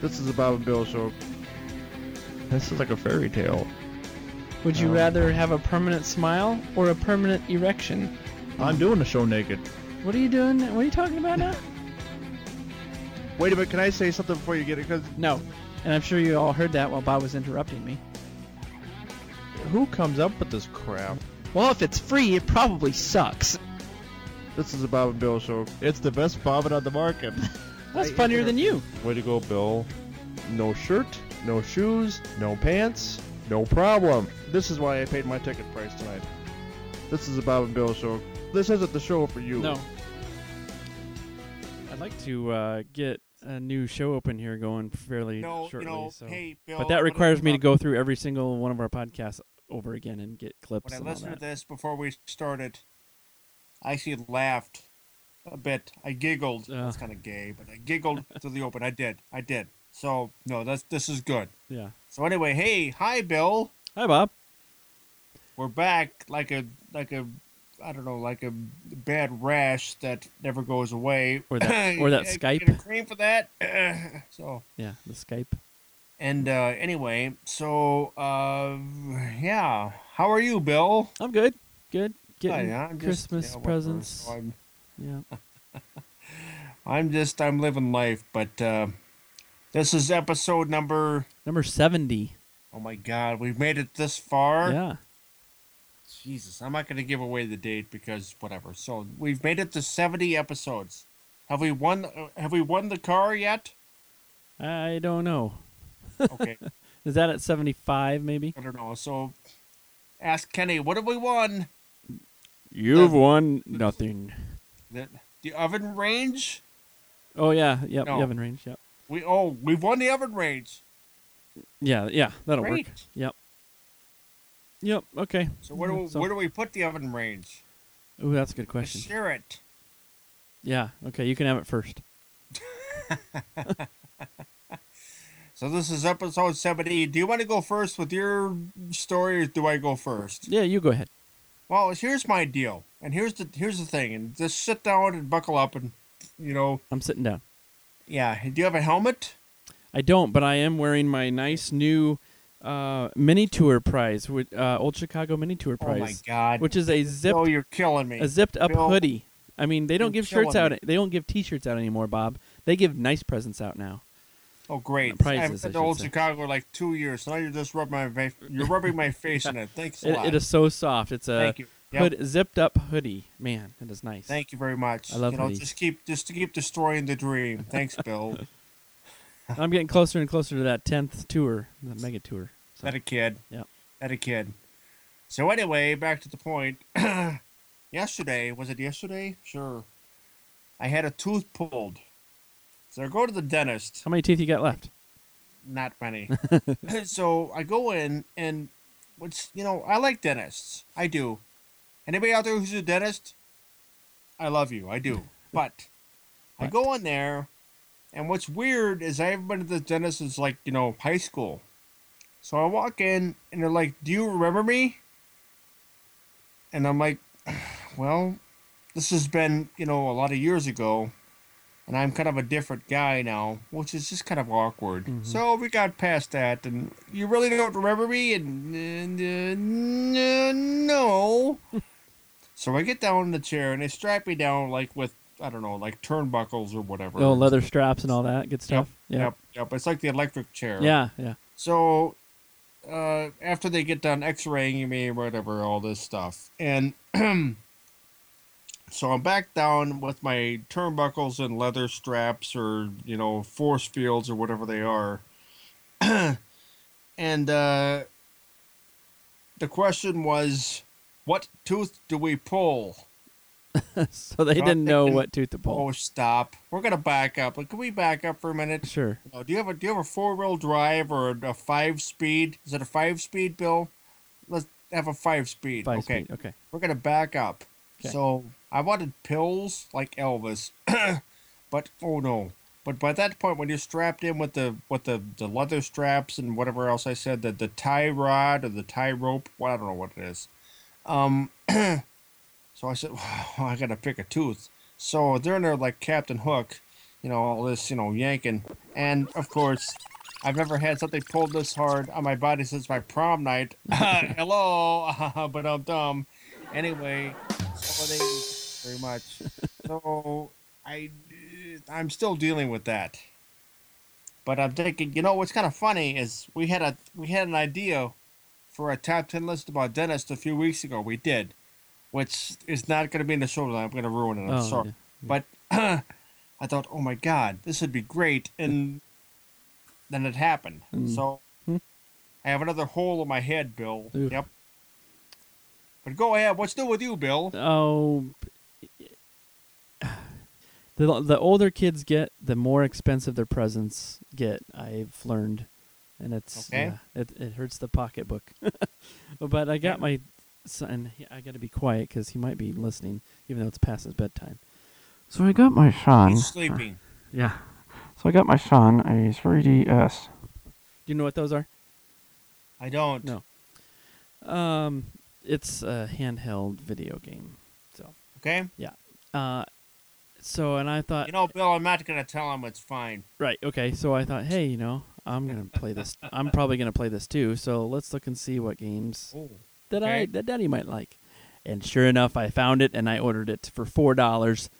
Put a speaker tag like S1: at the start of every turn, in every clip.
S1: This is a Bob and Bill show. This is like a fairy tale.
S2: Would you
S1: Um,
S2: rather have a permanent smile or a permanent erection?
S1: I'm doing the show naked.
S2: What are you doing? What are you talking about now?
S1: Wait a minute, can I say something before you get it? Because
S2: no. And I'm sure you all heard that while Bob was interrupting me.
S1: who comes up with this crap?
S2: Well, if it's free, it probably sucks.
S1: This is a Bob and Bill show. It's the best bobbin on the market.
S2: That's
S1: I
S2: funnier
S1: interrupt-
S2: than you.
S1: Way to go, Bill. No shirt, no shoes, no pants, no problem. This is why I paid my ticket price tonight. This is a Bob and Bill show. This isn't the show for you.
S2: No. I'd like to uh, get a new show open here going fairly
S3: No,
S2: shortly.
S3: you know,
S2: so.
S3: hey, Bill.
S2: but that
S3: when I-
S2: requires me to go through every single one of our podcasts over again and get clips
S3: When I
S2: and all
S3: listened to
S2: that.
S3: this before we started, I actually laughed a bit. I giggled.
S2: Uh.
S3: That's kind of gay, but I giggled to the open. I did. I did. So no, that's this is good.
S2: Yeah.
S3: So anyway, hey, hi, Bill.
S2: Hi, Bob.
S3: We're back like a like a I don't know like a bad rash that never goes away.
S2: Or that- or that
S3: Get a
S2: Skype.
S3: cream for that. so
S2: Yeah, the Skype.
S3: and uh, anyway, so uh, yeah, how are you, Bill?
S2: I'm good. Good. Getting
S3: Hi, I'm just-
S2: Christmas
S3: yeah, whatever.
S2: presents.
S3: So I'm,
S2: yeah.
S3: I'm just I'm living life, but uh, this is episode number.
S2: Number 70.
S3: Oh my God, we've made it this far.
S2: Yeah.
S3: Jesus, I'm not going to give away the date because whatever. So we've made it to 70 episodes. Have we won? uh, Have we won the car yet?
S2: I don't know.
S3: Okay,
S2: Is that at 75 maybe?
S3: I don't know. So ask Kenny, what have we won?
S2: You've
S3: The-
S2: won nothing.
S3: The, the oven range.
S2: Oh yeah, yep,
S3: No.
S2: you haven't range, yep.
S3: We oh we've won the oven range.
S2: Yeah, yeah, that'll work.
S3: Great.
S2: Yep. Yep, okay.
S3: So where do we,
S2: So-
S3: where do we put the oven range?
S2: Ooh, that's a good question.
S3: Share it.
S2: Yeah, okay, you can have it first.
S3: So this is episode 70. Do you want to go first with your story or do I go first?
S2: Yeah, you go ahead.
S3: Well, here's my deal. And here's the here's the thing. And just sit down and buckle up and you know,
S2: I'm sitting down.
S3: yeah. Do you have a helmet?
S2: I don't, but I am wearing my nice new uh, mini tour prize with uh, Old Chicago mini tour
S3: Oh my
S2: prize,
S3: god.
S2: which is a zipped
S3: oh, you're killing me.
S2: a zipped up
S3: Bill,
S2: hoodie. I mean, they don't
S3: you're
S2: give shirts out.
S3: killing
S2: They don't give T-shirts out anymore, Bob. They give nice presents out now.
S3: oh great.
S2: prizes,
S3: I haven't been
S2: I
S3: to
S2: should
S3: old
S2: say.
S3: Chicago like two years. So now you're just rubbing my face you're rubbing my face in it. Thanks a
S2: It,
S3: lot.
S2: it is so soft. It's a
S3: Thank you. Yep.
S2: hood, zipped up hoodie. Man, it is nice.
S3: Thank you very much.
S2: I love
S3: you know,
S2: hoodies.
S3: just keep just to keep destroying the dream. Thanks, Bill.
S2: I'm getting closer and closer to that tenth tour, the mega tour. So,
S3: That a kid.
S2: Yep.
S3: That a kid. So anyway, back to the point. yesterday was it yesterday? Sure. I had a tooth pulled. So I go to the dentist.
S2: how many teeth you got left?
S3: Not many. so I go in and what's you know, I like dentists. I do. Anybody out there who's a dentist? I love you. I do. But I
S2: But.
S3: go in there and what's weird is I haven't been to the dentist since like, you know, high school. So I walk in and they're like, Do you remember me? And I'm like, Well, this has been, you know, a lot of years ago. And I'm kind of a different guy now, which is just kind of awkward.
S2: Mhm.
S3: So we got past that. And you really don't remember me? And, and uh, n- no. so I get down in the chair and they strap me down, like with, I don't know, like turnbuckles or whatever.
S2: Oh, leather straps and all that good stuff.
S3: Yep, yep. It's like the electric chair.
S2: Yeah, yeah.
S3: So, uh, after they get done X-raying me, whatever, all this stuff, and so I'm back down with my turnbuckles and leather straps, or you know, force fields, or whatever they are, and uh, the question was, what tooth do we pull?
S2: so they
S3: So I'm
S2: didn't know
S3: thinking-
S2: what tooth to pull.
S3: Oh, stop! We're gonna back up. Like, can we back up for a minute?
S2: sure.
S3: Oh, do you have a do you have a four wheel drive or a, five speed? Is it a five speed, Bill? Let's have a five speed.
S2: Five
S3: okay,
S2: speed. Okay.
S3: we're gonna back up.
S2: Okay.
S3: So I wanted pills like Elvis, but oh no! But by that point, when you're strapped in with the with the, the leather straps and whatever else I said, the the tie rod or the tie rope, well, I don't know what it is. Um, so I said, well, I gotta pick a tooth. So they're in there like Captain Hook, you know, all this, you know, yanking. And of course, I've never had something pulled this hard on my body since my prom night. Hello, but I'm dumb. Anyway, so thank you very much. So I, I'm still dealing with that. But I'm thinking, you know, what's kind of funny is we had a we had an idea for a top ten list about dentists a few weeks ago. We did, which is not going to be in the show. tonight. I'm going to ruin it. I'm
S2: Oh,
S3: sorry.
S2: yeah.
S3: But I thought, oh my god, this would be great, and then it happened.
S2: Mm.
S3: So
S2: Hmm.
S3: I have another hole in my head, Bill.
S2: Oof.
S3: Yep. But go ahead. What's new with you, Bill?
S2: Oh, the the older kids get, the more expensive their presents get. I've learned, and it's
S3: Okay.
S2: yeah, it it hurts the pocketbook. but I got my son. he- I got to be quiet because he might be listening, even though it's past his bedtime. So I got my son.
S3: He's sleeping.
S2: Yeah.
S4: So I got my son a 3DS.
S2: Do you know what those are?
S3: I don't.
S2: No. Um, it's a handheld video game. So
S3: Okay.
S2: uh, so and I thought
S3: You know, Bill, I'm not gonna tell him it's fine.
S2: Right. Okay. So I thought, hey, you know, I'm gonna play this. I'm probably gonna play this too. So let's look and see what games
S3: Oh.
S2: that I
S3: okay.
S2: that Daddy might like. And sure enough, I found it and I ordered it for four dollars.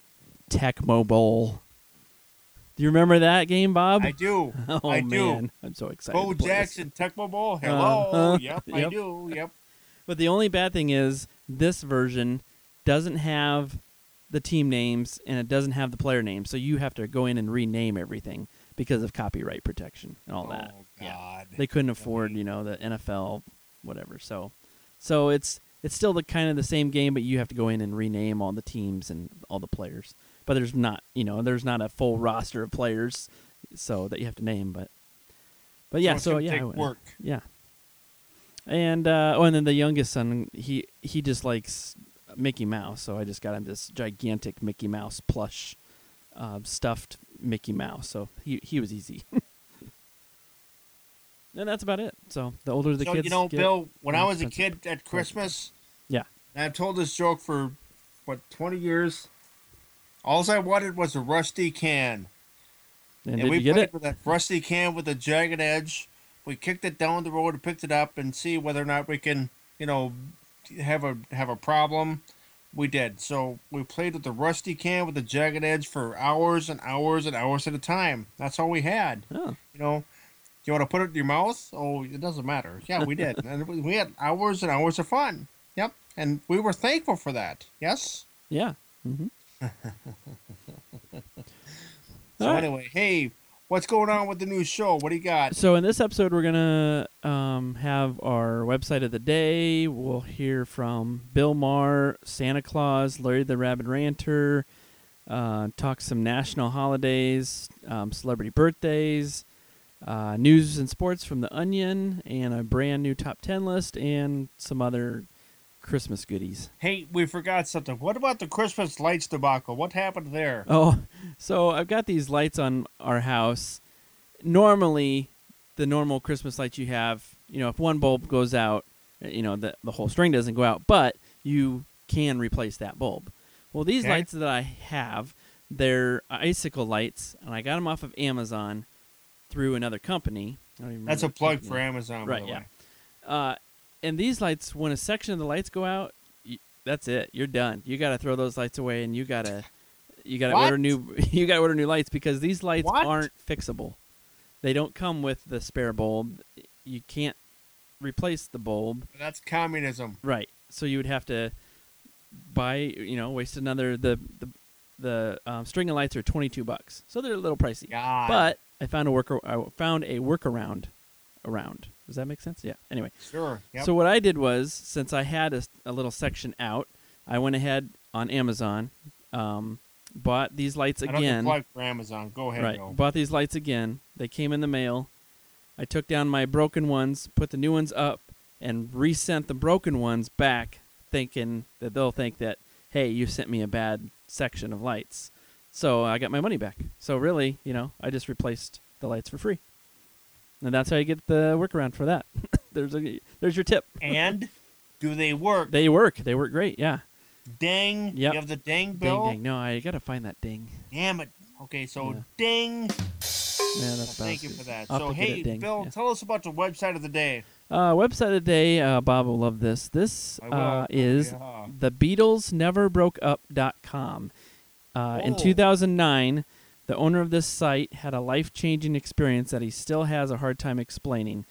S2: Tecmo Bowl. Do you remember that game, Bob?
S3: I do.
S2: oh
S3: I do.
S2: man, I'm so excited.
S3: Bo
S2: to play this.
S3: Jackson, Tecmo Bowl. Hello.
S2: Uh-huh.
S3: Yep, I
S2: Yep.
S3: do. Yep.
S2: But the only bad thing is this version doesn't have the team names and it doesn't have the player names, so you have to go in and rename everything because of copyright protection and all that.
S3: Oh
S2: Yeah.
S3: God.
S2: they couldn't afford you know the NFL whatever so so it's it's still the kind of the same game but you have to go in and rename all the teams and all the players but there's not you know there's not a full roster of players so that you have to name but but yeah
S3: it's
S2: so,
S3: gonna
S2: yeah I
S3: take
S2: went-
S3: work.
S2: yeah and uh oh and then the youngest son he he just likes Mickey Mouse so I just got him this gigantic Mickey Mouse plush uh, stuffed Mickey Mouse so he he was easy And that's about it. So the older the
S3: so
S2: kids
S3: you know,
S2: get,
S3: Bill, when I
S2: more
S3: was a
S2: expensive.
S3: kid at Christmas,
S2: Yeah.
S3: and I've told this joke for what twenty years. All I wanted was a rusty can.
S2: And
S3: And
S2: did
S3: we
S2: you get
S3: played
S2: it?
S3: with that rusty can with a jagged edge. We kicked it down the road and picked it up and see whether or not we can, you know, have a have a problem. We did. So we played with the rusty can with the jagged edge for hours and hours and hours at a time. That's all we had.
S2: Oh,
S3: You know, you want to put it in your mouth? Oh, it doesn't matter. Yeah, we did, and we- we had hours and hours of fun. Yep, and we were thankful for that. Yes.
S2: yeah. Mm-hmm.
S3: So anyway, hey, what's going on with the new show? What do you got?
S2: So in this episode, we're gonna um, have our website of the day. We'll hear from Bill Maher, Santa Claus, Larry the Rabbit Ranter. Uh, talk some national holidays, um, celebrity birthdays, uh, news and sports from the Onion, and a brand new top ten list, and some other Christmas goodies.
S3: Hey, we forgot something. What about the Christmas lights debacle? What happened there?
S2: Oh, so I've got these lights on our house. Normally, the normal Christmas lights you have, you know, if one bulb goes out, eh, you know, the, the whole string doesn't go out, but you can replace that bulb. Well, these
S3: Okay.
S2: lights that I have, they're icicle lights, and I got them off of Amazon through another company. I don't even
S3: That's
S2: remember
S3: a
S2: the
S3: plug
S2: company.
S3: for Amazon, by
S2: Right,
S3: the
S2: yeah.
S3: way.
S2: Uh, and these lights, when a section of the lights go out, y that's it. You're done. You got to throw those lights away, and you gotta, you gotta
S3: What?
S2: order new. You gotta order new lights because these lights
S3: What?
S2: aren't fixable. They don't come with the spare bulb. You can't replace the bulb.
S3: That's communism.
S2: Right. So you would have to buy, you know, waste another the the the um, string of lights are twenty two bucks, so they're a little pricey.
S3: God.
S2: But I found a work I found a workaround. Around. Does that make sense? Yeah. Anyway.
S3: sure. Yep.
S2: So what I did was, since I had a, a little section out, I went ahead on Amazon, um, bought these lights
S3: I don't get
S2: again.
S3: plug for Amazon. Go ahead,
S2: Right,
S3: Bill.
S2: bought these lights again. They came in the mail. I took down my broken ones, put the new ones up, and resent the broken ones back, thinking that they'll think that, hey, you sent me a bad section of lights. So I got my money back. So really, you know, I just replaced the lights for free. And that's how you get the workaround for that. there's a there's your tip.
S3: and do they work?
S2: They work. They work great. Yeah.
S3: dang.
S2: Yep.
S3: You have the dang
S2: Ding
S3: bill.
S2: ding. No, I gotta find that ding.
S3: Damn it. Okay, so
S2: Yeah.
S3: ding.
S2: Yeah, that's about
S3: Thank you
S2: it.
S3: for that.
S2: I'll
S3: so
S2: have to get
S3: hey,
S2: it ding,
S3: Bill,
S2: yeah.
S3: tell us about the website of the day.
S2: Uh, website of the day. Uh, Bob will love this. This
S3: I will.
S2: uh, is
S3: Yeah.
S2: the Beatles Never Broke Up.com. Uh, in
S3: Oh.
S2: 2009, the owner of this site had a life changing experience that he still has a hard time explaining.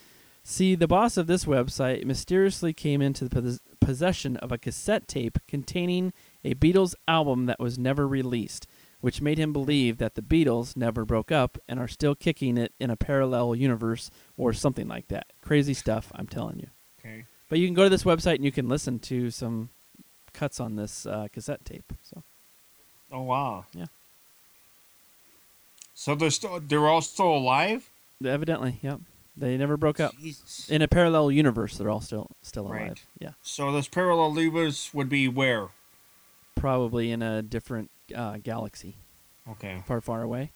S2: See, the boss of this website mysteriously came into the pos- possession of a cassette tape containing a Beatles album that was never released, which made him believe that the Beatles never broke up and are still kicking it in a parallel universe or something like that. Crazy stuff, I'm telling you.
S3: Okay.
S2: But you can go to this website and you can listen to some cuts on this uh, cassette tape. So
S3: Oh wow.
S2: Yeah.
S3: So they're still they're all still alive.
S2: evidently, yep, they never broke up.
S3: Jeez.
S2: In a parallel universe, they're all still still alive.
S3: Right.
S2: Yeah,
S3: So those parallel levers would be where?
S2: probably in a different uh, galaxy,
S3: Okay.
S2: far far away.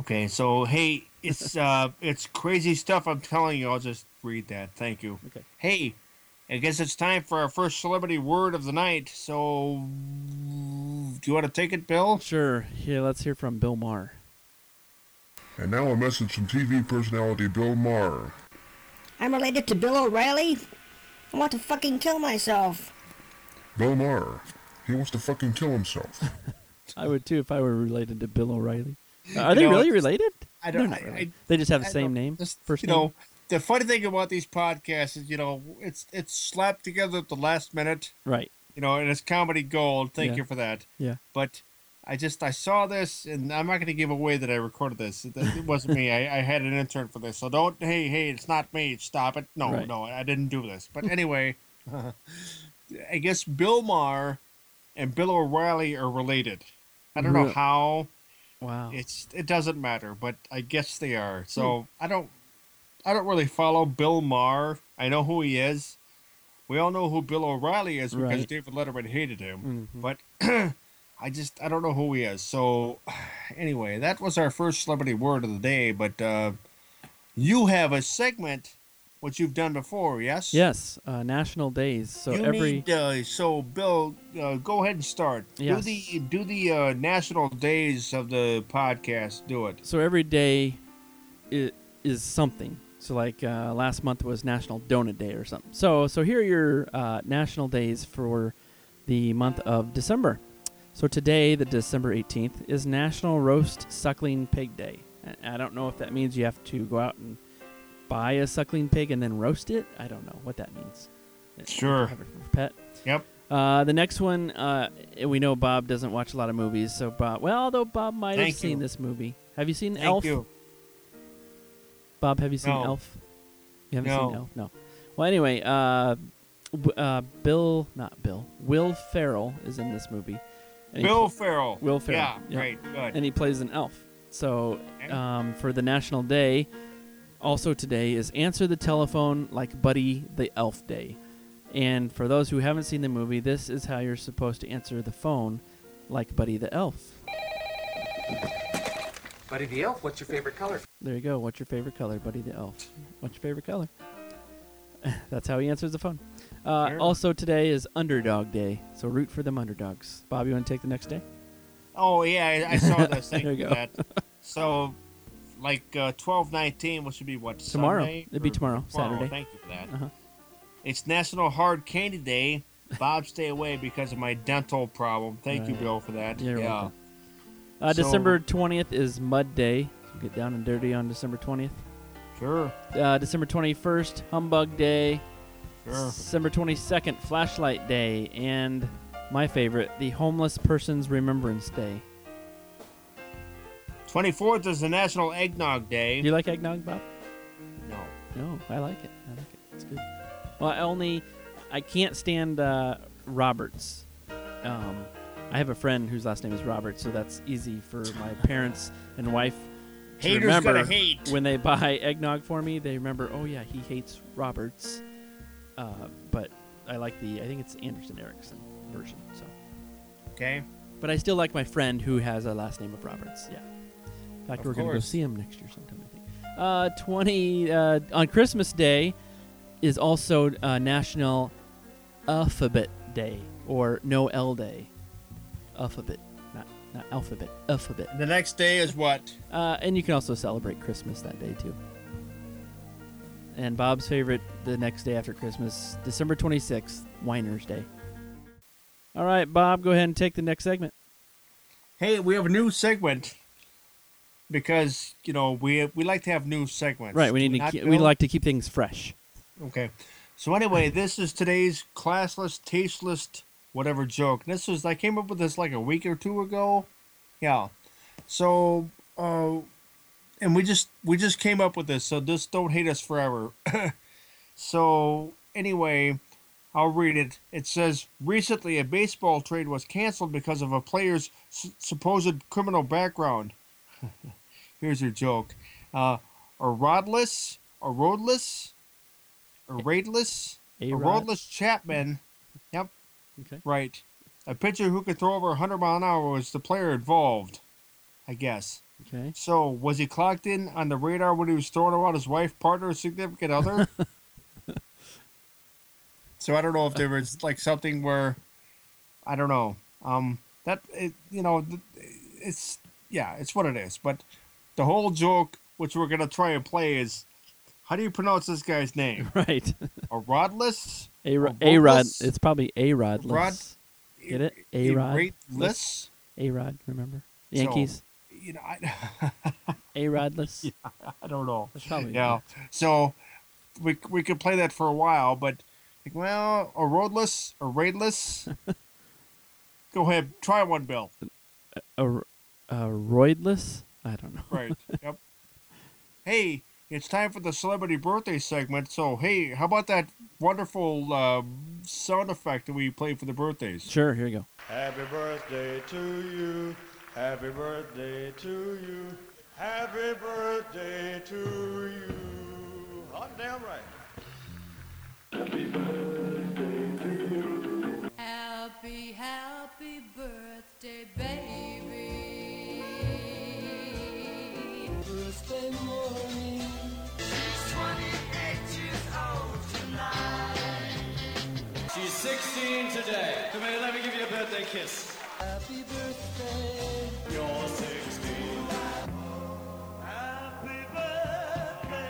S3: Okay. So hey, it's uh it's crazy stuff. I'm telling you. I'll just read that. Thank you.
S2: Okay.
S3: Hey, I guess it's time for our first celebrity word of the night. So do you want to take it, Bill?
S2: Sure. Here, let's hear from Bill Maher.
S5: And now a message from TV personality Bill Maher.
S6: I'm related to Bill O'Reilly. I want to fucking kill myself.
S5: Bill Maher. He wants to fucking kill himself.
S2: I would too if I were related to Bill O'Reilly. Uh, Are
S3: You
S2: they
S3: know,
S2: really
S3: it's-
S2: related?
S3: I don't-
S2: They're not
S3: I-
S2: related.
S3: I-
S2: they just have the
S3: I
S2: same
S3: don't-
S2: name.
S3: just,
S2: first
S3: you
S2: name.
S3: know, the funny thing about these podcasts is, you know, it's it's slapped together at the last minute,
S2: Right.
S3: you know, and it's comedy gold. Thank
S2: Yeah.
S3: you for that.
S2: Yeah.
S3: But I just I saw this, and I'm not going to give away that I recorded this. It, it wasn't me. I, I had an intern for this, so don't. Hey, hey, it's not me. Stop it. No,
S2: Right.
S3: no, I didn't do this. But anyway, I guess Bill Maher and Bill O'Reilly are related. I don't know
S2: Re-
S3: how.
S2: Wow.
S3: It's it doesn't matter, but I guess they are. So
S2: Hmm.
S3: I don't I don't really follow Bill Maher. I know who he is. We all know who Bill O'Reilly is because
S2: Right.
S3: David Letterman hated him.
S2: Mhm.
S3: But I just I don't know who he is. So anyway, that was our first celebrity word of the day, but uh you have a segment which you've done before, yes?
S2: Yes. Uh, national days. So
S3: you
S2: every
S3: need, uh, so Bill, uh, go ahead and start.
S2: Yes.
S3: Do the do the uh, national days of the podcast. Do it.
S2: so every day i- is something. So like uh, last month was National Donut Day or something. So so here are your uh, national days for the month of December. So today, the December 18th, is National Roast Suckling Pig Day. And I don't know if that means you have to go out and buy a suckling pig and then roast it. I don't know what that means.
S3: Sure.
S2: Have it for pet.
S3: Yep.
S2: Uh, the next one, uh, we know Bob doesn't watch a lot of movies, so Bob. Well, although Bob might
S3: Thank
S2: have seen
S3: you.
S2: this movie. Have you seen
S3: Thank
S2: Elf?
S3: you.
S2: Bob, have you seen
S3: No.
S2: Elf? You haven't
S3: No.
S2: seen Elf? No. Well, anyway, uh, w- uh, Bill, not Bill, Will Ferrell is in this movie. And he
S3: Bill
S2: pl-
S3: Farrell.
S2: Will Ferrell,
S3: Yeah,
S2: yeah.
S3: right. Good.
S2: and he plays an elf. So,
S3: Okay.
S2: um, for the National Day, also today is Answer the Telephone Like Buddy the Elf Day. And for those who haven't seen the movie, this is how you're supposed to answer the phone like Buddy the Elf.
S7: Buddy the Elf, what's your favorite color?
S2: There you go. What's your favorite color, Buddy the Elf? What's your favorite color? That's how he answers the phone. Uh,
S3: Fair.
S2: also, today is Underdog Day, so root for them underdogs. Bob, you want to take the next day?
S3: oh yeah, I, I saw this. Thank
S2: There
S3: you
S2: you
S3: for
S2: go.
S3: that. So, like uh, twelve nineteen, which would be what
S2: Tomorrow.
S3: Sunday?
S2: It'd be
S3: Or-
S2: tomorrow, Saturday.
S3: Thank you for that.
S2: Uh-huh.
S3: It's National Hard Candy Day. Bob, stay away because of my dental problem. Thank you,
S2: Right.
S3: Bill, for that.
S2: You're
S3: yeah.
S2: welcome. Uh,
S3: So-
S2: December 20th is Mud Day. So get down and dirty on December 20th.
S3: Sure.
S2: Uh, December 21st, Humbug Day.
S3: Sure.
S2: December 22nd, Flashlight Day. And my favorite, the Homeless Persons Remembrance Day.
S3: Twenty fourth is the National Eggnog Day.
S2: Do you like eggnog, Bob?
S3: No.
S2: No, I like it. I like it. It's good. Well, I only I can't stand uh, Roberts. Um, I have a friend whose last name is Roberts, so that's easy for my parents and wife to
S3: Haters
S2: remember
S3: gotta hate.
S2: when they buy eggnog for me. They remember, oh yeah, he hates Roberts. Uh, but I like the I think it's Anderson Erickson version. So,
S3: Okay.
S2: but I still like my friend who has a last name of Roberts. Yeah. In fact,
S3: Of
S2: we're going to go
S3: course.
S2: see him next year sometime, I think. Uh, 20, uh, on Christmas Day is also uh, National Alphabet Day or No L Day. Alphabet, not not alphabet, alphabet.
S3: The next day is what?
S2: Uh, and you can also celebrate Christmas that day too. And Bob's favorite, the next day after Christmas, December 26th, Winer's Day. All right, Bob, go ahead and take the next segment.
S3: Hey, we have a new segment because you know we we like to have new segments.
S2: Right, we
S3: Do
S2: need to
S3: not,
S2: keep, we
S3: Bill?
S2: like to keep things fresh.
S3: Okay. So anyway, this is today's classless, tasteless, whatever joke. This was I came up with this like a week or two ago. Yeah. So uh and we just we just came up with this, so just don't hate us forever. so anyway, I'll read it. It says recently a baseball trade was canceled because of a player's s- supposed criminal background. Here's your joke. Uh, a rodless, a roadless, a raidless, a
S2: A-Rod?
S3: roadless Chapman. Yep.
S2: Okay.
S3: Right. A pitcher who could throw over 100 mile an hour was the player involved, I guess.
S2: Okay.
S3: So, was he clocked in on the radar when he was throwing around his wife, partner, or significant other? so I don't know if there was like something where, I don't know. Um, that it, you know, th- it's yeah, it's what it is. But the whole joke, which we're gonna try and play, is how do you pronounce this guy's name?
S2: Right.
S3: A rodless,
S2: A
S3: Or
S2: A Rod.
S3: Robles?
S2: It's probably A Rod.
S3: Rod-
S2: Get it? A-Rod?
S3: raiteless.
S2: A Rod. Remember Yankees.
S3: You know, I,
S2: A Rodless.
S3: I don't know.
S2: That's probably
S3: Yeah. So we we could play that for a while, but like, well, a roadless, a raidless. Go ahead, try one, Bill.
S2: a, a roidless. I don't know.
S3: Right. yep. Hey, it's time for the celebrity birthday segment. So hey, how about that wonderful um, sound effect that we play for the birthdays?
S2: Sure. Here you go.
S8: Happy birthday to you. Happy birthday to you. Happy birthday to you. Hot damn right.
S9: Happy, happy birthday, baby. Birthday morning. She's 28 years old tonight.
S8: She's 16 today. Come here, let me give you a birthday kiss.
S9: Happy birthday.
S8: You're 16. Happy birthday.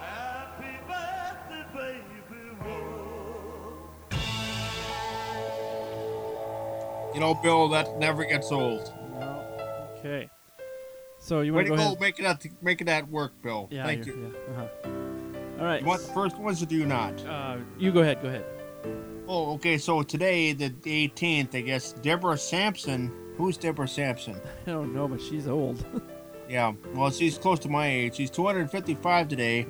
S8: Happy birthday, baby. Whoa.
S3: You know, Bill, that never gets old.
S2: Okay. So you
S3: Way
S2: want
S3: to
S2: to go
S3: go,
S2: ahead?
S3: making that making that work, Bill.
S2: Yeah.
S3: Thank
S2: you're-
S3: you.
S2: Yeah. Uh-huh. All right.
S3: What first ones do you not?
S2: Uh, you go ahead. Go ahead.
S3: Oh, okay. So today, the 18th, I guess, Deborah Sampson. Who's Deborah Sampson?
S2: I don't know, but she's old.
S3: Yeah. Well, she's close to my age. She's 255 today.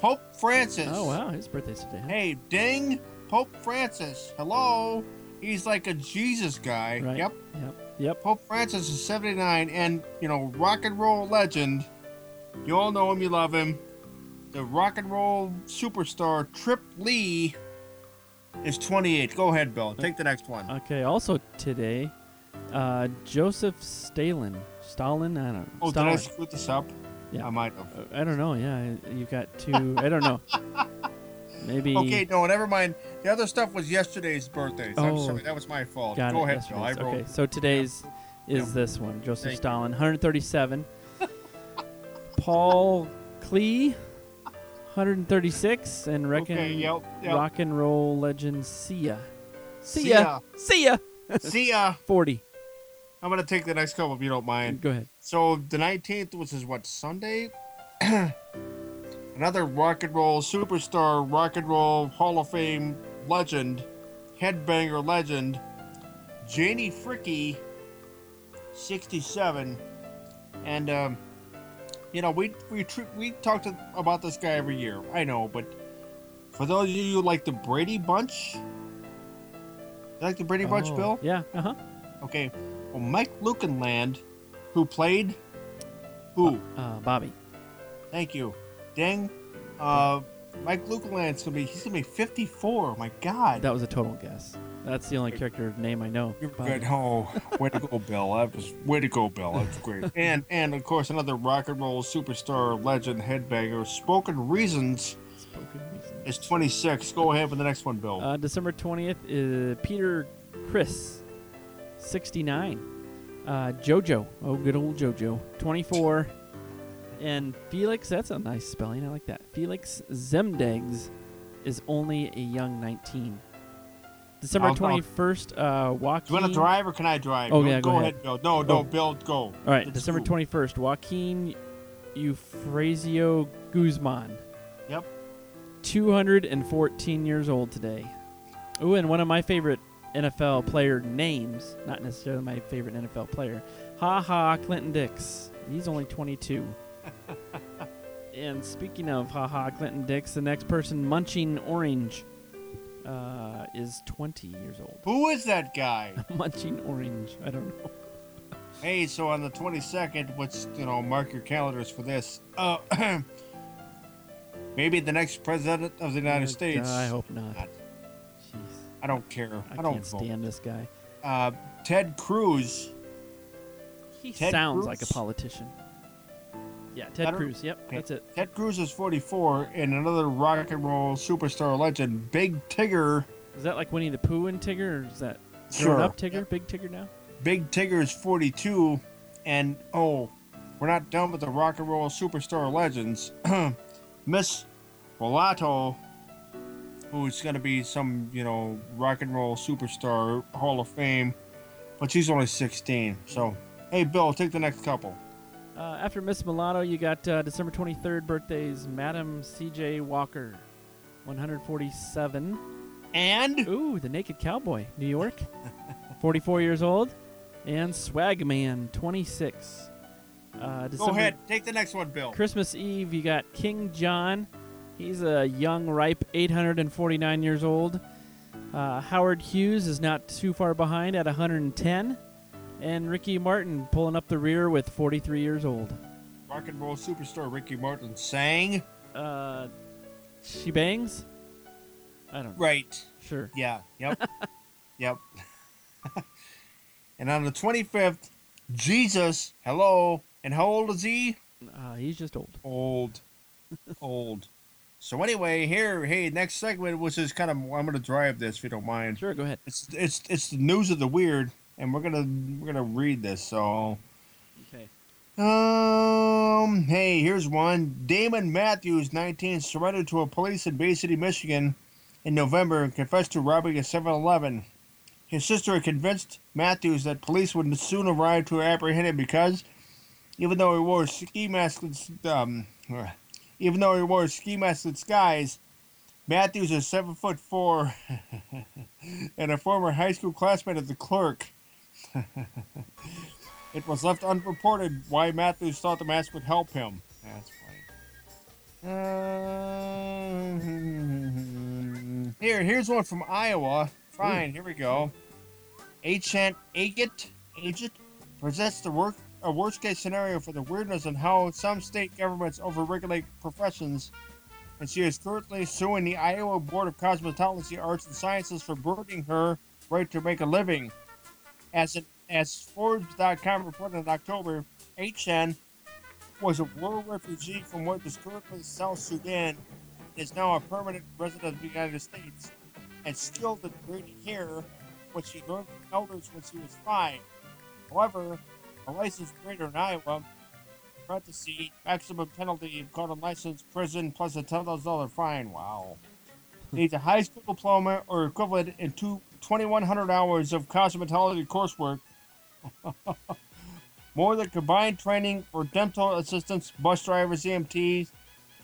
S3: Pope Francis.
S2: oh wow, his birthday's today. huh?
S3: Hey, ding, Pope Francis. Hello. He's like a Jesus guy.
S2: Right.
S3: Yep.
S2: Yep. Yep.
S3: Pope Francis is 79, and you know, rock and roll legend. You all know him. You love him. The rock and roll superstar Trip Lee is 28. Go ahead, Bill. Take the next one.
S2: Okay. Also today, uh, Joseph Stalin. Stalin. I don't know.
S3: Oh, did I
S2: Stalin.
S3: screw this up?
S2: Yeah.
S3: I might have.
S2: Uh, I don't know. Yeah, you've got two. I don't know. Maybe.
S3: Okay, no, never mind. The other stuff was yesterday's birthday. So I'm
S2: Oh.
S3: sorry, that was my fault.
S2: Got
S3: Go
S2: it.
S3: ahead,
S2: yes,
S3: Bill.
S2: it
S3: I
S2: is.
S3: wrote.
S2: Okay, so today's is this one Joseph
S3: Thank you.
S2: Stalin, 137. Paul Klee, 136, and reckon
S3: Okay, yep, yep.
S2: rock and roll legend Sia.
S3: See
S2: Sia, Sia,
S3: See ya.
S2: 40.
S3: I'm gonna take the next couple if you don't mind.
S2: Go ahead.
S3: So the 19th, which is what Sunday. Another rock and roll superstar, rock and roll Hall of Fame legend, headbanger legend, Janie Fricky, 67, and um, you know we we tr- we talked to- about this guy every year. I know, but for those of you who like the Brady Bunch, you like the Brady Bunch,
S2: Oh,
S3: Bill?
S2: Yeah. Uh huh.
S3: Okay. Well, Mike Lukenland, who played who?
S2: Uh, Bobby.
S3: Thank you. Dang. Uh, Mike Lukenland's gonna be he's gonna be 54. My God.
S2: That was a total guess. That's the only character name I know.
S3: You're
S2: Bobby.
S3: good. Oh, way to go, Bill. That was way to go, Bill. That's great. and and of course another rock and roll superstar, legend, headbanger, Spoken Reasons
S2: Spoken reason.
S3: is 26. Go ahead with the next one, Bill.
S2: Uh, December 20th is Peter Chris, 69. Uh, Jojo. Oh, good old Jojo. 24. And Felix, that's a nice spelling. I like that. Felix Zemdegs is only a young 19. December
S3: I'll- I'll-
S2: 21st, uh,
S3: Do you want
S2: Joaquin.
S3: to drive or can I drive?
S2: Oh,
S3: No,
S2: yeah, go
S3: ahead. Bill. No, no,
S2: Oh.
S3: Bill, go.
S2: All right, December 21st, Joaquin Eufrasio Guzman.
S3: Yep.
S2: 214 years old today. Ooh, and one of my favorite NFL player names, not necessarily my favorite NFL player. Ha ha, Clinton Dix. He's only 22. and speaking of ha ha, Clinton Dix, the next person munching orange uh, is 20 years old.
S3: Who is that guy?
S2: munching orange. I don't know.
S3: Hey, so on the 22nd, which, you know, mark your calendars for this. Uh, maybe the next president of the United States.
S2: Oh, I hope not.
S3: God.
S2: Jeez.
S3: I don't care.
S2: I,
S3: I, don't
S2: can't
S3: vote.
S2: stand this guy.
S3: Uh, Ted Cruz.
S2: He
S3: Ted
S2: sounds
S3: Cruz?
S2: like a politician. Yeah,
S3: I
S2: Ted
S3: don't-
S2: Cruz. Yep, that's it.
S3: Ted Cruz is 44, and another rock and roll superstar legend, Big Tigger.
S2: Is that like Winnie the Pooh and Tigger, or is that grown
S3: Sure.
S2: up Tigger, big Tigger now?
S3: Big Tigger is 42, and oh, we're not done with the rock and roll superstar legends. Miss Mulatto, who's going to be some, you know, rock and roll superstar Hall of Fame, but she's only 16. So, hey, Bill, take the next couple.
S2: Uh, after Miss Mulatto, you got uh, December 23rd birthdays, Madam C.J. Walker, 147.
S3: And
S2: Ooh, the Naked Cowboy, New York, 44 years old, and Swagman, 26. Uh,
S3: go
S2: December
S3: ahead, take the next one, Bill.
S2: Christmas Eve, you got King John. He's a young, ripe 849 years old. Uh, Howard Hughes is not too far behind at 110. And Ricky Martin pulling up the rear with 43 years old.
S3: Rock and roll superstar Ricky Martin sang.
S2: Uh, she bangs? I don't know.
S3: Right.
S2: Sure.
S3: Yeah. Yep. yep. and on the 25th, Jesus, hello. And how old is he?
S2: Uh, he's just old.
S3: Old. Old. So anyway, here, hey, next segment, which is kind of, I'm gonna drive this if you don't mind.
S2: Sure, go ahead.
S3: It's it's it's the news of the weird, and we're gonna we're gonna read this. So,
S2: Okay.
S3: um, hey, here's one. Damon Matthews, 19, surrendered to a police in Bay City, Michigan, in November and confessed to robbing a 7-Eleven. His sister had convinced Matthews that police would soon arrive to apprehend him because, even though he wore a ski mask, and s- um, even though he wore a ski mask and skies, Matthews is seven foot four, and a former high school classmate of the clerk. It was left unreported why Matthews thought the mask would help him. That's funny. Um, here, here's one from Iowa. Fine, here we go. Agent Agit Agent presents the work a worst case scenario for the weirdness and how some state governments overregulate professions. And she is currently suing the Iowa Board of Cosmetology, Arts, and Sciences for burdening her right to make a living. As it, as Forbes.com reported in October, HN was a war refugee from what is currently South Sudan, is now a permanent resident of the United States, and skilled at braiding hair, which she learned from elders when she was five. However, a licensed braider in Iowa, parentheses, maximum penalty of caught on license, prison, plus a $10,000 fine. Wow needs a high school diploma or equivalent in two, 2,100 hours of cosmetology coursework, more than combined training for dental assistants, bus drivers, EMTs,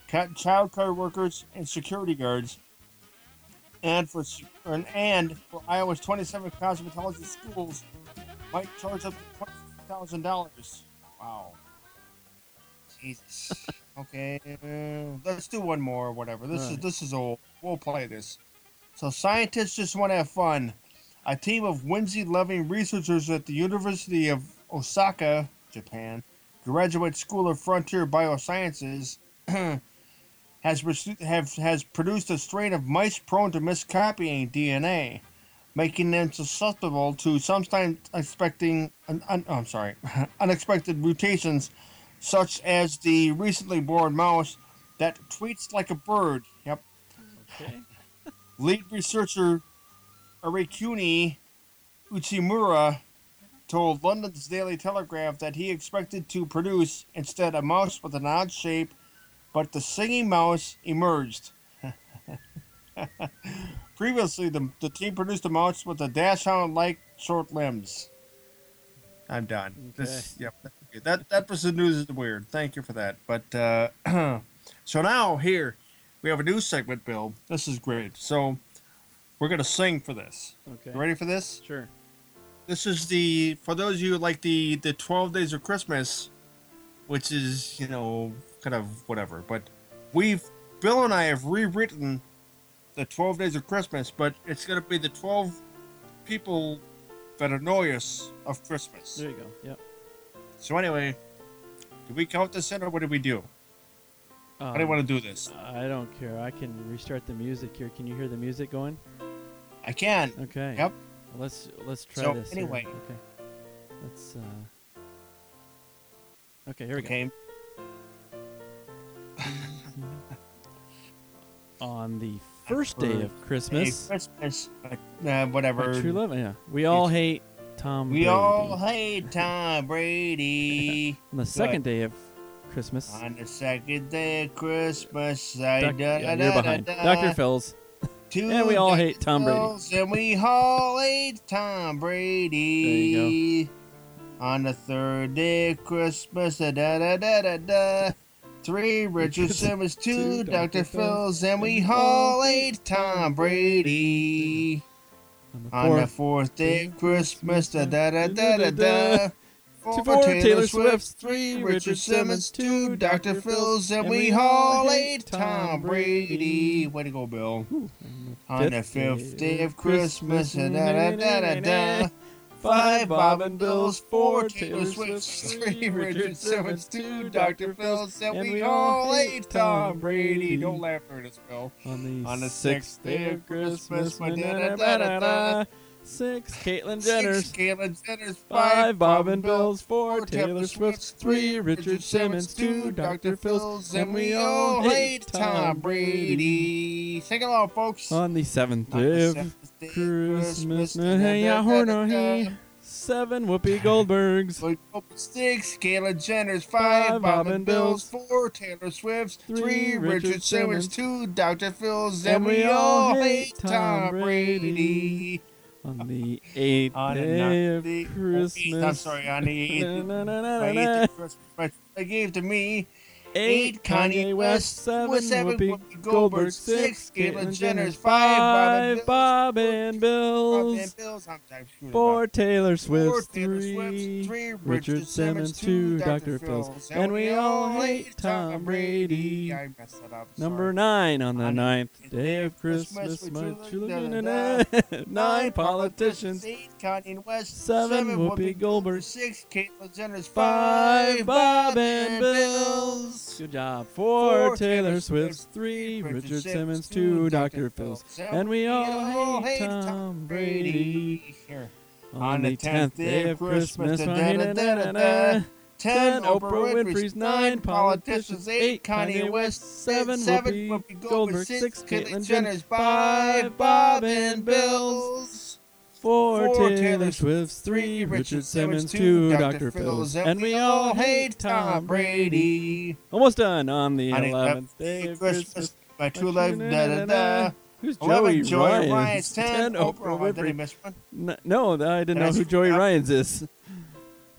S3: ca- child care workers, and security guards, and for s- and, and for Iowa's 27 cosmetology schools might charge up to $26,000. Wow. Jesus. Okay, uh, let's do one more. Whatever. This is
S2: Alright.
S3: this is old. We'll play this. So scientists just want to have fun. A team of whimsy-loving researchers at the University of Osaka, Japan, Graduate School of Frontier Biosciences, has pursu- have has produced a strain of mice prone to miscopying DNA, making them susceptible to sometimes expecting un, un, oh, I'm sorry, unexpected mutations such as the recently born mouse that tweets like a bird. Yep.
S2: Okay.
S3: Lead researcher Arikuni Uchimura told London's Daily Telegraph that he expected to produce instead a mouse with an odd shape, but the singing mouse emerged. Previously, the, the team produced a mouse with a dashhound like short limbs. I'm done. This, yep. That that was the news is weird. Thank you for that. But uh, so now here we have a new segment, Bill. This is great. So we're gonna sing for this.
S2: Okay.
S3: You ready for this?
S2: Sure.
S3: This is the for those of you who like the the twelve days of Christmas, which is you know kind of whatever. But we've Bill and I have rewritten the twelve days of Christmas, but it's gonna be the twelve people that annoy us of Christmas.
S2: There you go. Yep.
S3: So anyway, did we count this in or what did we do? I didn't
S2: Um,
S3: want to do this.
S2: I don't care. I can restart the music here. Can you hear the music going?
S3: I can.
S2: Okay.
S3: Yep.
S2: Well, let's let's try
S3: So,
S2: this. here.
S3: anyway.
S2: Okay. Let's. Uh... Okay. Here we
S3: Okay.
S2: go. On the first day of
S3: Hey,
S2: Christmas,
S3: Christmas. Uh,
S2: my
S3: whatever.
S2: true love. Yeah. We all hate Tom.
S3: We
S2: Brady.
S3: all hate Tom Brady.
S2: On the second day of Christmas.
S3: On the second day of Christmas, I
S2: Doc-
S3: da-
S2: yeah,
S3: da-
S2: you're
S3: da-
S2: behind.
S3: da-
S2: Dr. Phil's.
S3: two
S2: and we all hate Tom Brady.
S3: girls, And we all hate Tom Brady.
S2: There you
S3: On the third day of Christmas, da da da da da. da. Three Richard Simmons, two Dr. Phil's, and we all hate Tom Brady.
S2: On the
S3: On the
S2: fourth.
S3: fourth day of Christmas, da da da da da da.
S2: To four Taylor Swifts, three Richard Simmons, two Dr. Phil's,
S3: and we all hate Tom Brady. Way to go, Bill. On the fifth day of Christmas, da da da da da. Five Bob and Bills, four Taylor Swifts, three Richard Simmons, two Dr. Phil's, and we all hate Tom Brady. Don't laugh at us, Bill.
S2: On the,
S3: On the
S2: sixth day of Christmas, my da da da da da.
S3: da-da-da-da-da.
S2: Six Caitlyn
S3: Six
S2: Jenner's,
S3: Caitlin Jenners,
S2: five Bob and Bills, four Taylor Swift's, three Richard Simmons, two Dr. Phil's, and we all hate Tom Brady.
S3: Sing along, folks.
S2: On the seventh
S3: On the
S2: day of
S3: seventh day of
S2: Christmas,
S3: Christmas,
S2: na- hey, ah, horn, oh, hey.
S3: da-da-da-da-da.
S2: seven Whoopi Goldbergs,
S3: Luke Pope, Six, Kayla Jenner's five, Bob and Bills, four Taylor Swift's, three Richard Simmons, two Dr. Phil's, and we all hate Tom Brady.
S2: on the eighth
S3: On the
S2: day of
S3: ninth-
S2: Christmas.
S3: I'm sorry, on the eighth,
S2: na- na- na- na-
S3: my
S2: na-
S3: eighth Christmas they gave to me.
S2: Eight Kanye West, seven Whoopi Goldberg, six Caitlyn Jenner's, five Bob and
S3: Bob
S2: Bills,
S3: and Bills, I'm sorry, shoot, I'm
S2: four Taylor
S3: Four
S2: Swift,
S3: Taylor Swifts,
S2: three Richard Simmons, two Dr. Phil's,
S3: Phils,
S2: and we all hate Tom Brady.
S3: I messed that up.
S2: Number
S3: sorry.
S2: nine on the
S3: On the
S2: ninth
S3: ninth
S2: day of Christmas,
S3: Christmas,
S2: my
S3: we
S2: true
S3: truly
S2: love,
S3: da-
S2: na-
S3: da-
S2: na- nine politicians,
S3: Eight Kanye West,
S2: seven Whoopi Goldberg,
S3: six Caitlyn Jenner's,
S2: five
S3: five
S2: Bob and Bills. Good job. Four
S3: Four
S2: Taylor
S3: Taylor
S2: Swifts,
S3: Swifts,
S2: three
S3: Richard
S2: Richard
S3: Simmons,
S2: Simmons, two
S3: two
S2: Dr.
S3: Dr.
S2: Phils,
S3: Phils.
S2: and we
S3: We
S2: all
S3: all
S2: hate
S3: hate
S2: Tom
S3: Tom
S2: Brady.
S3: Here. On the tenth day of Christmas,
S2: my
S3: da-da-da-da-da.
S2: da-da-da-da.
S3: Ten Oprah Winfrey's, nine politicians, eight Kanye West, seven Whoopi Goldberg, six Caitlyn Jenner's, five Bob and Bills.
S2: Four
S3: Four
S2: Taylor
S3: Taylor
S2: Swifts, three
S3: Three
S2: Richard Simmons, two Dr. Phils, and we all hate Tom Brady. Almost done on the
S3: On uh, the
S2: eleventh
S3: 11th
S2: day of Christmas.
S3: Christmas, my
S2: my
S3: true love,
S2: true
S3: da da da.
S2: Who's Joey
S3: Eleven Joy
S2: Ryan?
S3: Ryan's,
S2: ten
S3: ten Oprah. Oh, Did I
S2: Winfrey.
S3: miss one?
S2: N- No, th- I didn't know
S3: Did I
S2: who
S3: screw
S2: Joey
S3: it up?
S2: Ryan's is.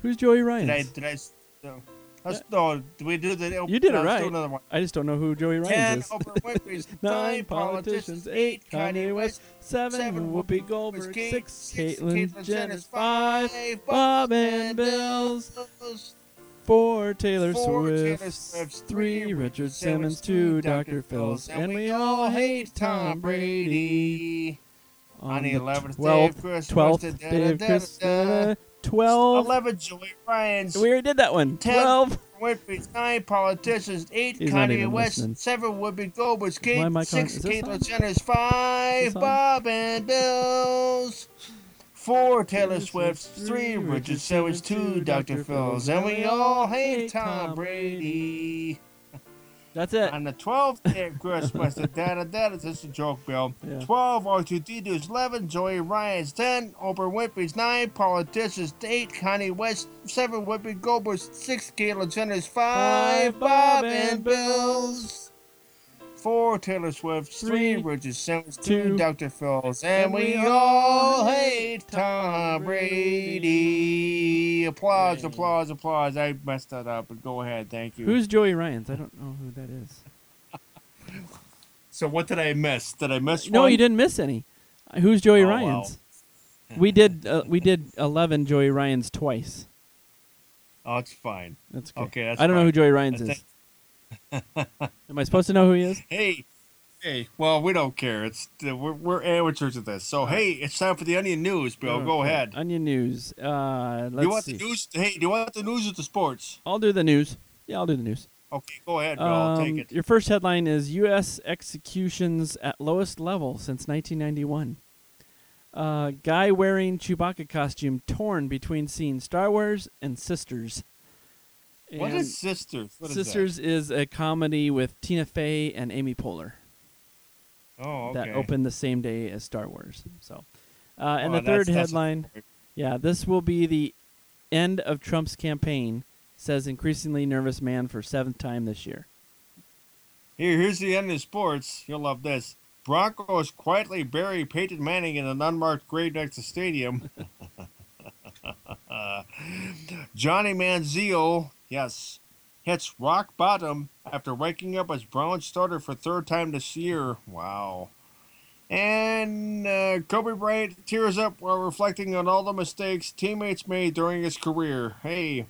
S2: Who's Joey
S3: Did I?
S2: Ryan's?
S3: Did I? s- No. Let's, no, did we do the? oh,
S2: You did it
S3: no, let's do
S2: right.
S3: Another one.
S2: I just don't know who Joey
S3: Ten
S2: Ryan's is.
S3: Oprah Winfrey's,
S2: Nine
S3: nine
S2: politicians,
S3: politicians,
S2: eight
S3: eight
S2: Kanye
S3: Kanye
S2: West,
S3: West,
S2: seven
S3: seven
S2: Whoopi Goldberg,
S3: Whoopi Goldberg,
S2: six
S3: six
S2: Caitlyn
S3: Caitlyn
S2: Jenner,
S3: Jenner,
S2: five
S3: five
S2: Bob and
S3: Bob and
S2: Bills,
S3: Bills.
S2: four Taylor
S3: Four Taylor
S2: Swifts,
S3: Swifts,
S2: three
S3: three
S2: Richard
S3: Richard
S2: Simmons,
S3: Simmons,
S2: two
S3: two
S2: Dr.
S3: Dr.
S2: Phils,
S3: Phils,
S2: and we all hate Tom Brady.
S3: On the 11th day of
S2: twelfth,
S3: Christmas.
S2: twelfth day of Christmas, twelve.
S3: 11 Joey Ryan's.
S2: We already did that one.
S3: Ten.
S2: Twelve.
S3: Winfrey's nine politicians, eight
S2: He's not
S3: Kanye
S2: even
S3: West,
S2: listening.
S3: seven Whoopi Goldberg's,
S2: Why am I
S3: Kate,
S2: calling-
S3: six
S2: is this on?
S3: Caitlyn Jenner's,
S2: Is
S3: five
S2: this on?
S3: Bob and Bills, four
S2: Taylor
S3: Taylor Swift's,
S2: Swift, three
S3: three
S2: Richard
S3: Richard Simmons,
S2: Simmons,
S3: two
S2: two Dr.
S3: Dr. Phil's,
S2: Phils.
S3: and we all hate Tom Brady.
S2: That's it.
S3: On the 12th day of Christmas, the da da da da. This is a joke, Bill.
S2: Yeah.
S3: 12, R2D2's 11, Joey Ryan's 10, Oprah Winfrey's 9, Politicians 8, Kanye West 7, Whoopi Goldberg's 6, Caitlyn Jenner's 5,
S2: Five,
S3: Bob,
S2: Bob and
S3: and Bill's 4, Taylor Swift's 3,
S2: Three,
S3: Richard Simmons 2,
S2: two,
S3: Dr. Phil's, and, we, all hate Tom Brady. Applause,
S2: Brady.
S3: applause, applause. I messed that up, but go ahead. Thank you.
S2: Who's Joey Ryan's? I don't know who that is.
S3: so what did I miss? Did I miss
S2: No,
S3: one?
S2: you didn't miss any. Who's Joey
S3: Oh, wow.
S2: Ryan's? We did. Uh, we did eleven Joey Ryan's twice.
S3: Oh, it's fine.
S2: That's okay.
S3: Okay, that's
S2: I don't know who
S3: fine.
S2: Joey Ryan's
S3: I
S2: is.
S3: think-
S2: Am I supposed to know who he is?
S3: Hey, hey. Well, we don't care. It's uh, we're, we're amateurs at this. So hey, it's time for the Onion News, Bill. Go
S2: Okay.
S3: ahead.
S2: Onion News. Uh,
S3: Do you want
S2: let's see.
S3: the news? Hey, do you want the news or the sports?
S2: I'll do the news. Yeah, I'll do the news.
S3: Okay, go ahead, Bill. I'll
S2: Um,
S3: take it.
S2: Your first headline is U.S. executions at lowest level since 1991. Uh, guy wearing Chewbacca costume torn between seeing Star Wars and Sisters.
S3: What
S2: And
S3: is sisters? What is that?
S2: Sisters is a comedy with Tina Fey and Amy Poehler
S3: Oh, okay.
S2: that opened the same day as Star Wars. So, uh, and
S3: Oh,
S2: the third
S3: that's- that's a-
S2: headline, yeah, this will be the end of Trump's campaign, says increasingly nervous man for seventh time this year.
S3: Here, here's the end of sports. You'll love this. Broncos quietly bury Peyton Manning in an unmarked grave next to stadium. Johnny Manziel, yes, hits rock bottom after waking up as Brown starter for third time this year. Wow. And uh, Kobe Bryant tears up while reflecting on all the mistakes teammates made during his career. Hey,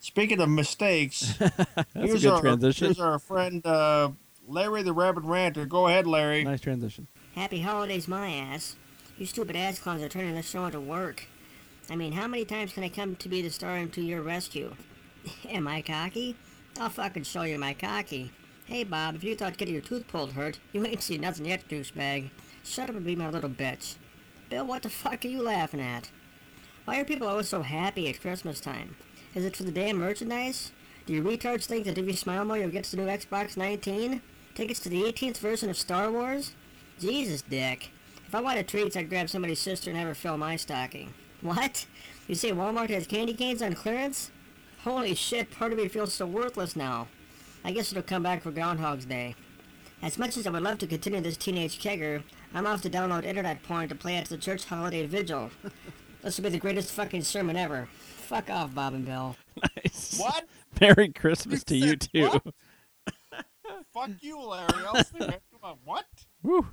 S3: speaking of mistakes,
S2: That's a good
S3: our,
S2: transition.
S3: Here's our friend uh, Larry the Rabbit Ranter. Go ahead, Larry.
S2: Nice transition.
S6: Happy holidays, my ass. You stupid ass clowns are turning this show into work. I mean, how many times can I come to be the star and to your rescue? Am I cocky? I'll fucking show you my cocky. Hey, Bob, if you thought getting your tooth pulled hurt, you ain't seen nothing yet, douchebag. Shut up and be my little bitch. Bill, what the fuck are you laughing at? Why are people always so happy at Christmas time? Is it for the damn merchandise? Do you retards think that if you smile more, you'll get the new Xbox 19? Tickets to the 18th version of Star Wars? Jesus, Dick. If I wanted treats, I'd grab somebody's sister and have her fill my stocking. What? You say Walmart has candy canes on clearance? Holy shit, part of me feels so worthless now. I guess it'll come back for Groundhog's Day. As much as I would love to continue this teenage kegger, I'm off to download internet porn to play at the church holiday vigil. This will be the greatest fucking sermon ever. Fuck off, Bob and Bill.
S2: Nice.
S3: What?
S2: Merry Christmas to you
S3: said
S2: too.
S3: what? Fuck you, Larry. I was thinking, come on, what?
S2: Woo.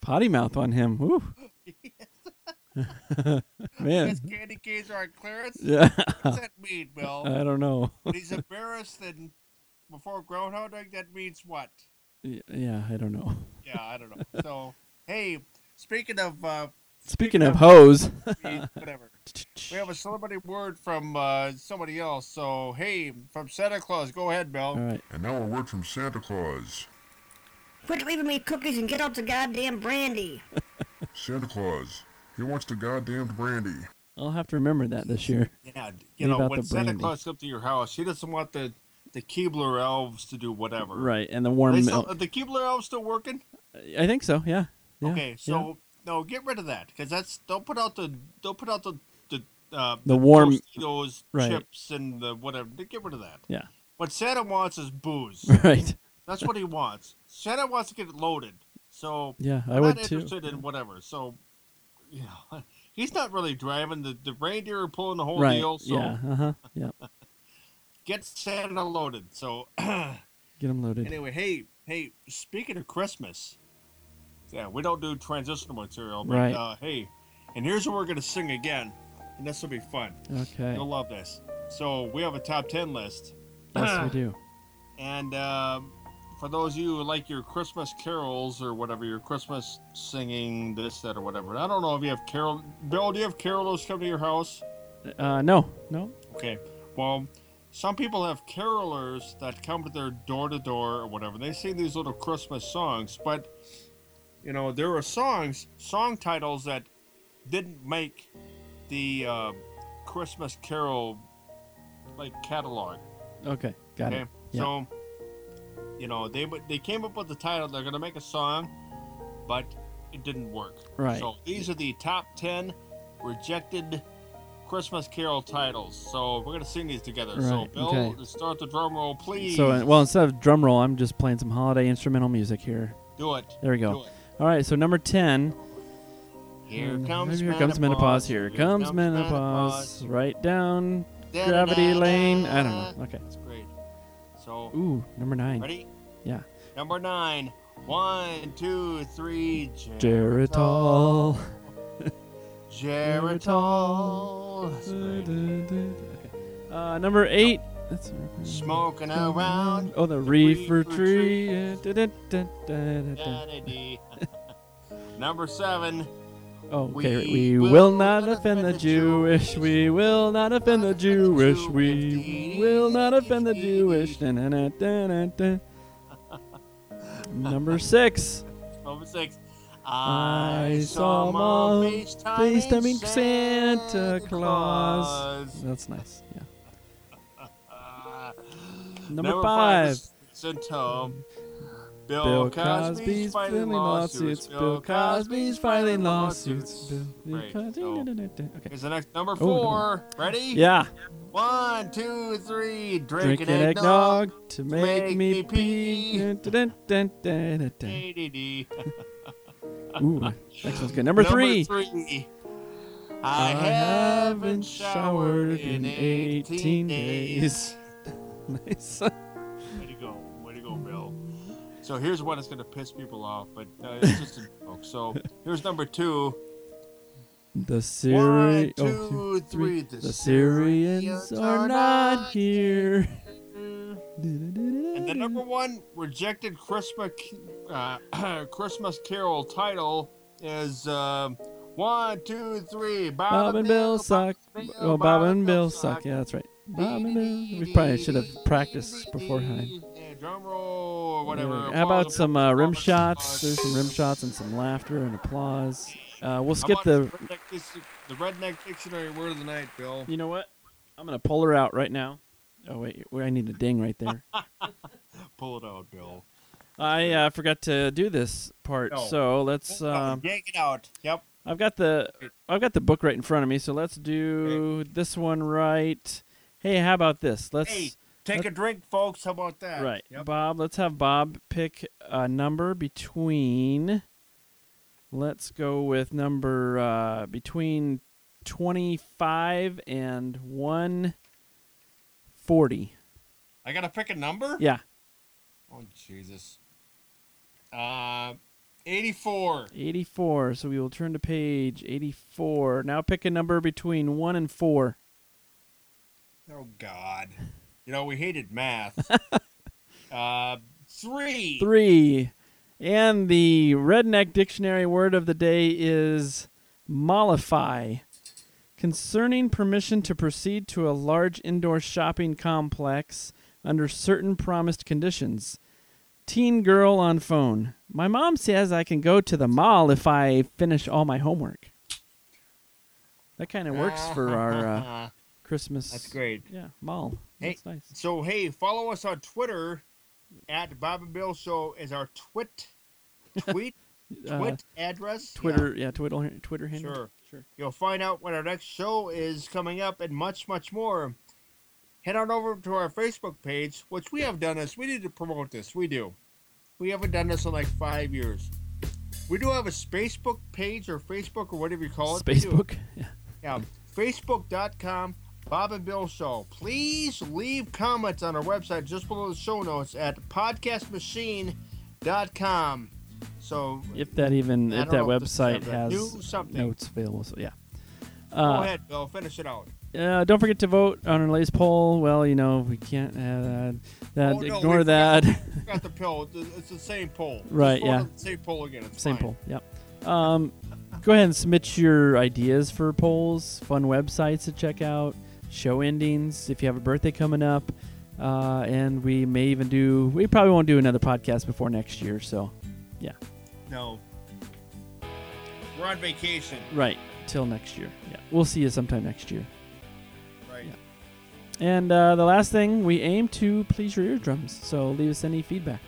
S2: Potty mouth on him. Woo. Man.
S3: His candy canes are on clearance?
S2: Yeah. Uh,
S3: What's that mean, Bill?
S2: I don't know.
S3: When he's embarrassed and before Groundhog Day, that means what?
S2: Y- Yeah, I don't know.
S3: Yeah, I don't know. So, hey, speaking of uh,
S2: Speaking of hoes.
S3: whatever, we have a celebrity word from uh, somebody else. So, hey, from Santa Claus, go ahead, Bill.
S2: All right.
S5: And now a word from Santa Claus.
S6: Quit leaving me cookies and get out the goddamn brandy.
S5: Santa Claus, he wants the goddamn brandy.
S2: I'll have to remember that this year.
S3: Yeah, d- you
S2: Leave
S3: know,
S2: out
S3: when
S2: the
S3: Santa
S2: brandy.
S3: Claus comes to your house, he doesn't want the the Keebler elves to do whatever.
S2: Right, and the
S3: Are they
S2: warm
S3: still,
S2: milk.
S3: are the Keebler elves still working?
S2: I think so. Yeah. Yeah,
S3: okay,
S2: yeah.
S3: so no, get rid of that because that's don't put out the don't put out the the uh,
S2: The warm-
S3: Tostitos,
S2: right.
S3: chips and the whatever. Get rid of that.
S2: Yeah.
S3: What Santa wants is booze.
S2: Right.
S3: that's what he wants. Santa wants to get loaded. So
S2: Yeah, I
S3: I'm
S2: would
S3: not
S2: too.
S3: interested in whatever. So you know, he's not really driving the the reindeer are pulling the whole
S2: Right.
S3: deal. So
S2: Yeah. Uh huh. Yeah.
S3: get Santa loaded. So
S2: Get them loaded.
S3: anyway, hey, hey, speaking of Christmas, yeah, we don't do transitional material, but
S2: Right.
S3: uh, hey, and here's what we're gonna sing again, and this will be fun.
S2: Okay.
S3: You'll love this. So we have a top ten list,
S2: Yes, we do.
S3: and um, for those of you who like your Christmas carols or whatever, your Christmas singing, this, that, or whatever. I don't know if you have carol. Bill, do you have carolers come to your house?
S2: Uh, no, no.
S3: Okay. Well, some people have carolers that come to their door to door or whatever. They sing these little Christmas songs, but you know there are songs, song titles that didn't make the uh, Christmas carol like catalog.
S2: Okay, got
S3: okay.
S2: it. yeah.
S3: So You know, they w- they came up with the title. They're gonna make a song, but it didn't work.
S2: Right.
S3: So these are the top ten rejected Christmas Carol titles. So we're gonna sing these together. So
S2: Right,
S3: Bill,
S2: okay.
S3: start the drum roll, please.
S2: So, uh, well, instead of drum roll, I'm just playing some holiday instrumental music here.
S3: do it.
S2: There we go.
S3: Do it.
S2: All right, so number 10.
S3: Here
S2: um,
S3: comes
S2: here
S3: menopause.
S2: comes menopause. Here comes menopause. Right down gravity lane. I don't know. Okay.
S3: That's great. So
S2: Ooh, number 9.
S3: ready?
S2: Yeah.
S3: Number nine. One, two, three.
S2: Geritol.
S3: Geritol. That's great.
S2: Okay. Uh, number 8. That's
S3: Smoking around.
S2: Oh, the, reefer, tree. Da, da, da, da, da, da.
S3: Daddy. Number seven.
S2: Oh,
S3: We
S2: okay. We will, not offend the Jewish. We will not offend the Jewish. We will not offend the Jewish. Na, na, na, da, na, da. Number six.
S3: Number six.
S2: I saw Mom FaceTiming
S3: FaceTiming
S2: Santa Claus. That's nice. Yeah.
S3: Ah.
S2: Number,
S3: five
S2: five.
S3: is Cento. Bill,
S2: Bill
S3: Cosby's,
S2: Cosby's
S3: filing
S2: filing lawsuits. Bill Cosby's filing lawsuits. Bill
S3: Right,
S2: Cosby-
S3: so-
S2: da, da, da, da. Okay.
S3: Here's the next number
S2: no.
S3: four. Ready?
S2: Yeah.
S3: One, two, three. Drinking,
S2: Drinking eggnog to make me pee. Da, da, da, da, da, da.
S3: ADD.
S2: Ooh, next one's good. Number three.
S3: I, haven't showered in 18 days.
S2: nice.
S3: Way to go. Way to go, Bill. So here's one that's going to piss people off, but uh, it's just a joke. So here's number two.
S2: The
S3: One,
S2: Syri-
S3: two, three.
S2: oh, the,
S3: Syrians
S2: Syrians are not here.
S3: And the number one rejected Christmas uh, Christmas Carol title is um one, two, three. Bob,
S2: Bob and Bill suck. Oh, Bob and Bill suck. Yeah, that's right. Bob and Bill. We probably should have practiced beforehand.
S3: Yeah, drum roll, whatever.
S2: Yeah.
S3: Applause,
S2: How about some uh, rim
S3: applause,
S2: shots?
S3: applause.
S2: There's some rim shots and some laughter and applause. Uh, we'll
S3: How
S2: skip
S3: about
S2: the.
S3: redneck dis- the redneck dictionary word of the night, Bill.
S2: You know what? I'm gonna pull her out right now. Oh wait, wait, I need a ding right there.
S3: Pull it out, Bill.
S2: I uh, forgot to do this part,
S3: No.
S2: so let's. Um,
S3: Yank it out. Yep.
S2: I've got the I've got the book right in front of me, so let's do this one right. Hey, how about this? Let's
S3: Hey, take a drink, folks. How about that?
S2: right,
S3: Yep.
S2: Bob. Let's have Bob pick a number between. Let's go with number uh, between twenty-five and one forty.
S3: I gotta pick a number.
S2: Yeah,
S3: Oh Jesus. Uh, eighty-four.
S2: eighty-four. So we will turn to page eighty-four. Now pick a number between one and four.
S3: Oh God. You know we hated math. uh, three.
S2: three. And the redneck dictionary word of the day is mollify. Concerning permission to proceed to a large indoor shopping complex under certain promised conditions. Teen girl on phone. My mom says I can go to the mall if I finish all my homework. That kind of works for our uh, Christmas.
S3: That's great.
S2: Yeah, mall.
S3: Hey.
S2: That's nice.
S3: So hey, follow us on Twitter at Bob and Bill Show is our twit tweet
S2: Uh,
S3: twit address. Yeah.
S2: Twitter, yeah, Twitter, Twitter handle.
S3: Sure.
S2: Sure.
S3: You'll find out when our next show is coming up and much, much more. Head on over to our Facebook page, which we have done this. We need to promote this. We do. We haven't done this in like five years. We do have a Facebook page or Facebook or whatever you call it. We do.
S2: Facebook. Yeah.
S3: Yeah, facebook.com Bob and Bill Show. Please leave comments on our website just below the show notes at podcastmachine.com. So
S2: if that even
S3: I
S2: if that
S3: don't know if this is
S2: website
S3: something.
S2: has
S3: Do something.
S2: notes available. So, yeah.
S3: go
S2: Uh,
S3: ahead, Bill, finish it out.
S2: uh, don't forget to vote on our latest poll. Well, you know we can't have that. that
S3: Oh, no,
S2: ignore
S3: we forgot-
S2: that.
S3: we forgot the poll. It's the same poll. Just
S2: Right,
S3: vote
S2: yeah.
S3: on the Same poll again. It's
S2: Same
S3: fine.
S2: poll. Yep. Um, go ahead and submit your ideas for polls, fun websites to check out, show endings if you have a birthday coming up, uh, and we may even do. We probably won't do another podcast before next year. So,
S3: No. We're on vacation.
S2: right till next year. Yeah, we'll see you sometime next year.
S3: Right.
S2: Yeah. And uh, the last thing, we aim to please your eardrums. So leave us any feedback.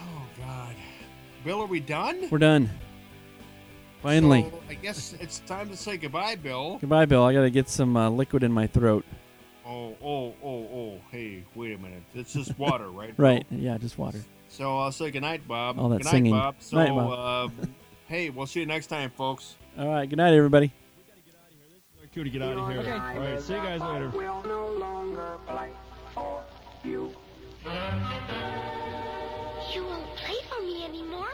S3: Oh God, Bill, are we done?
S2: We're done. Finally.
S3: So, I guess it's time to say goodbye, Bill.
S2: Goodbye, Bill. I got to get some uh, liquid in my throat.
S3: Oh, oh, oh, oh. Hey, wait a minute. It's just water, right?
S2: Right. Yeah, just water.
S3: So I'll say goodnight, Bob.
S2: All that
S3: goodnight,
S2: singing.
S3: Bob. So,
S2: Night, Bob.
S3: Uh, hey, we'll see you next time, folks.
S2: All right. Good night, everybody.
S8: Cue to get out of here. All right, see you guys later.
S10: You won't play for me anymore?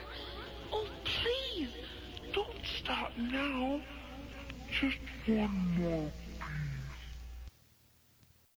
S10: Oh, please. Don't stop now. Just one more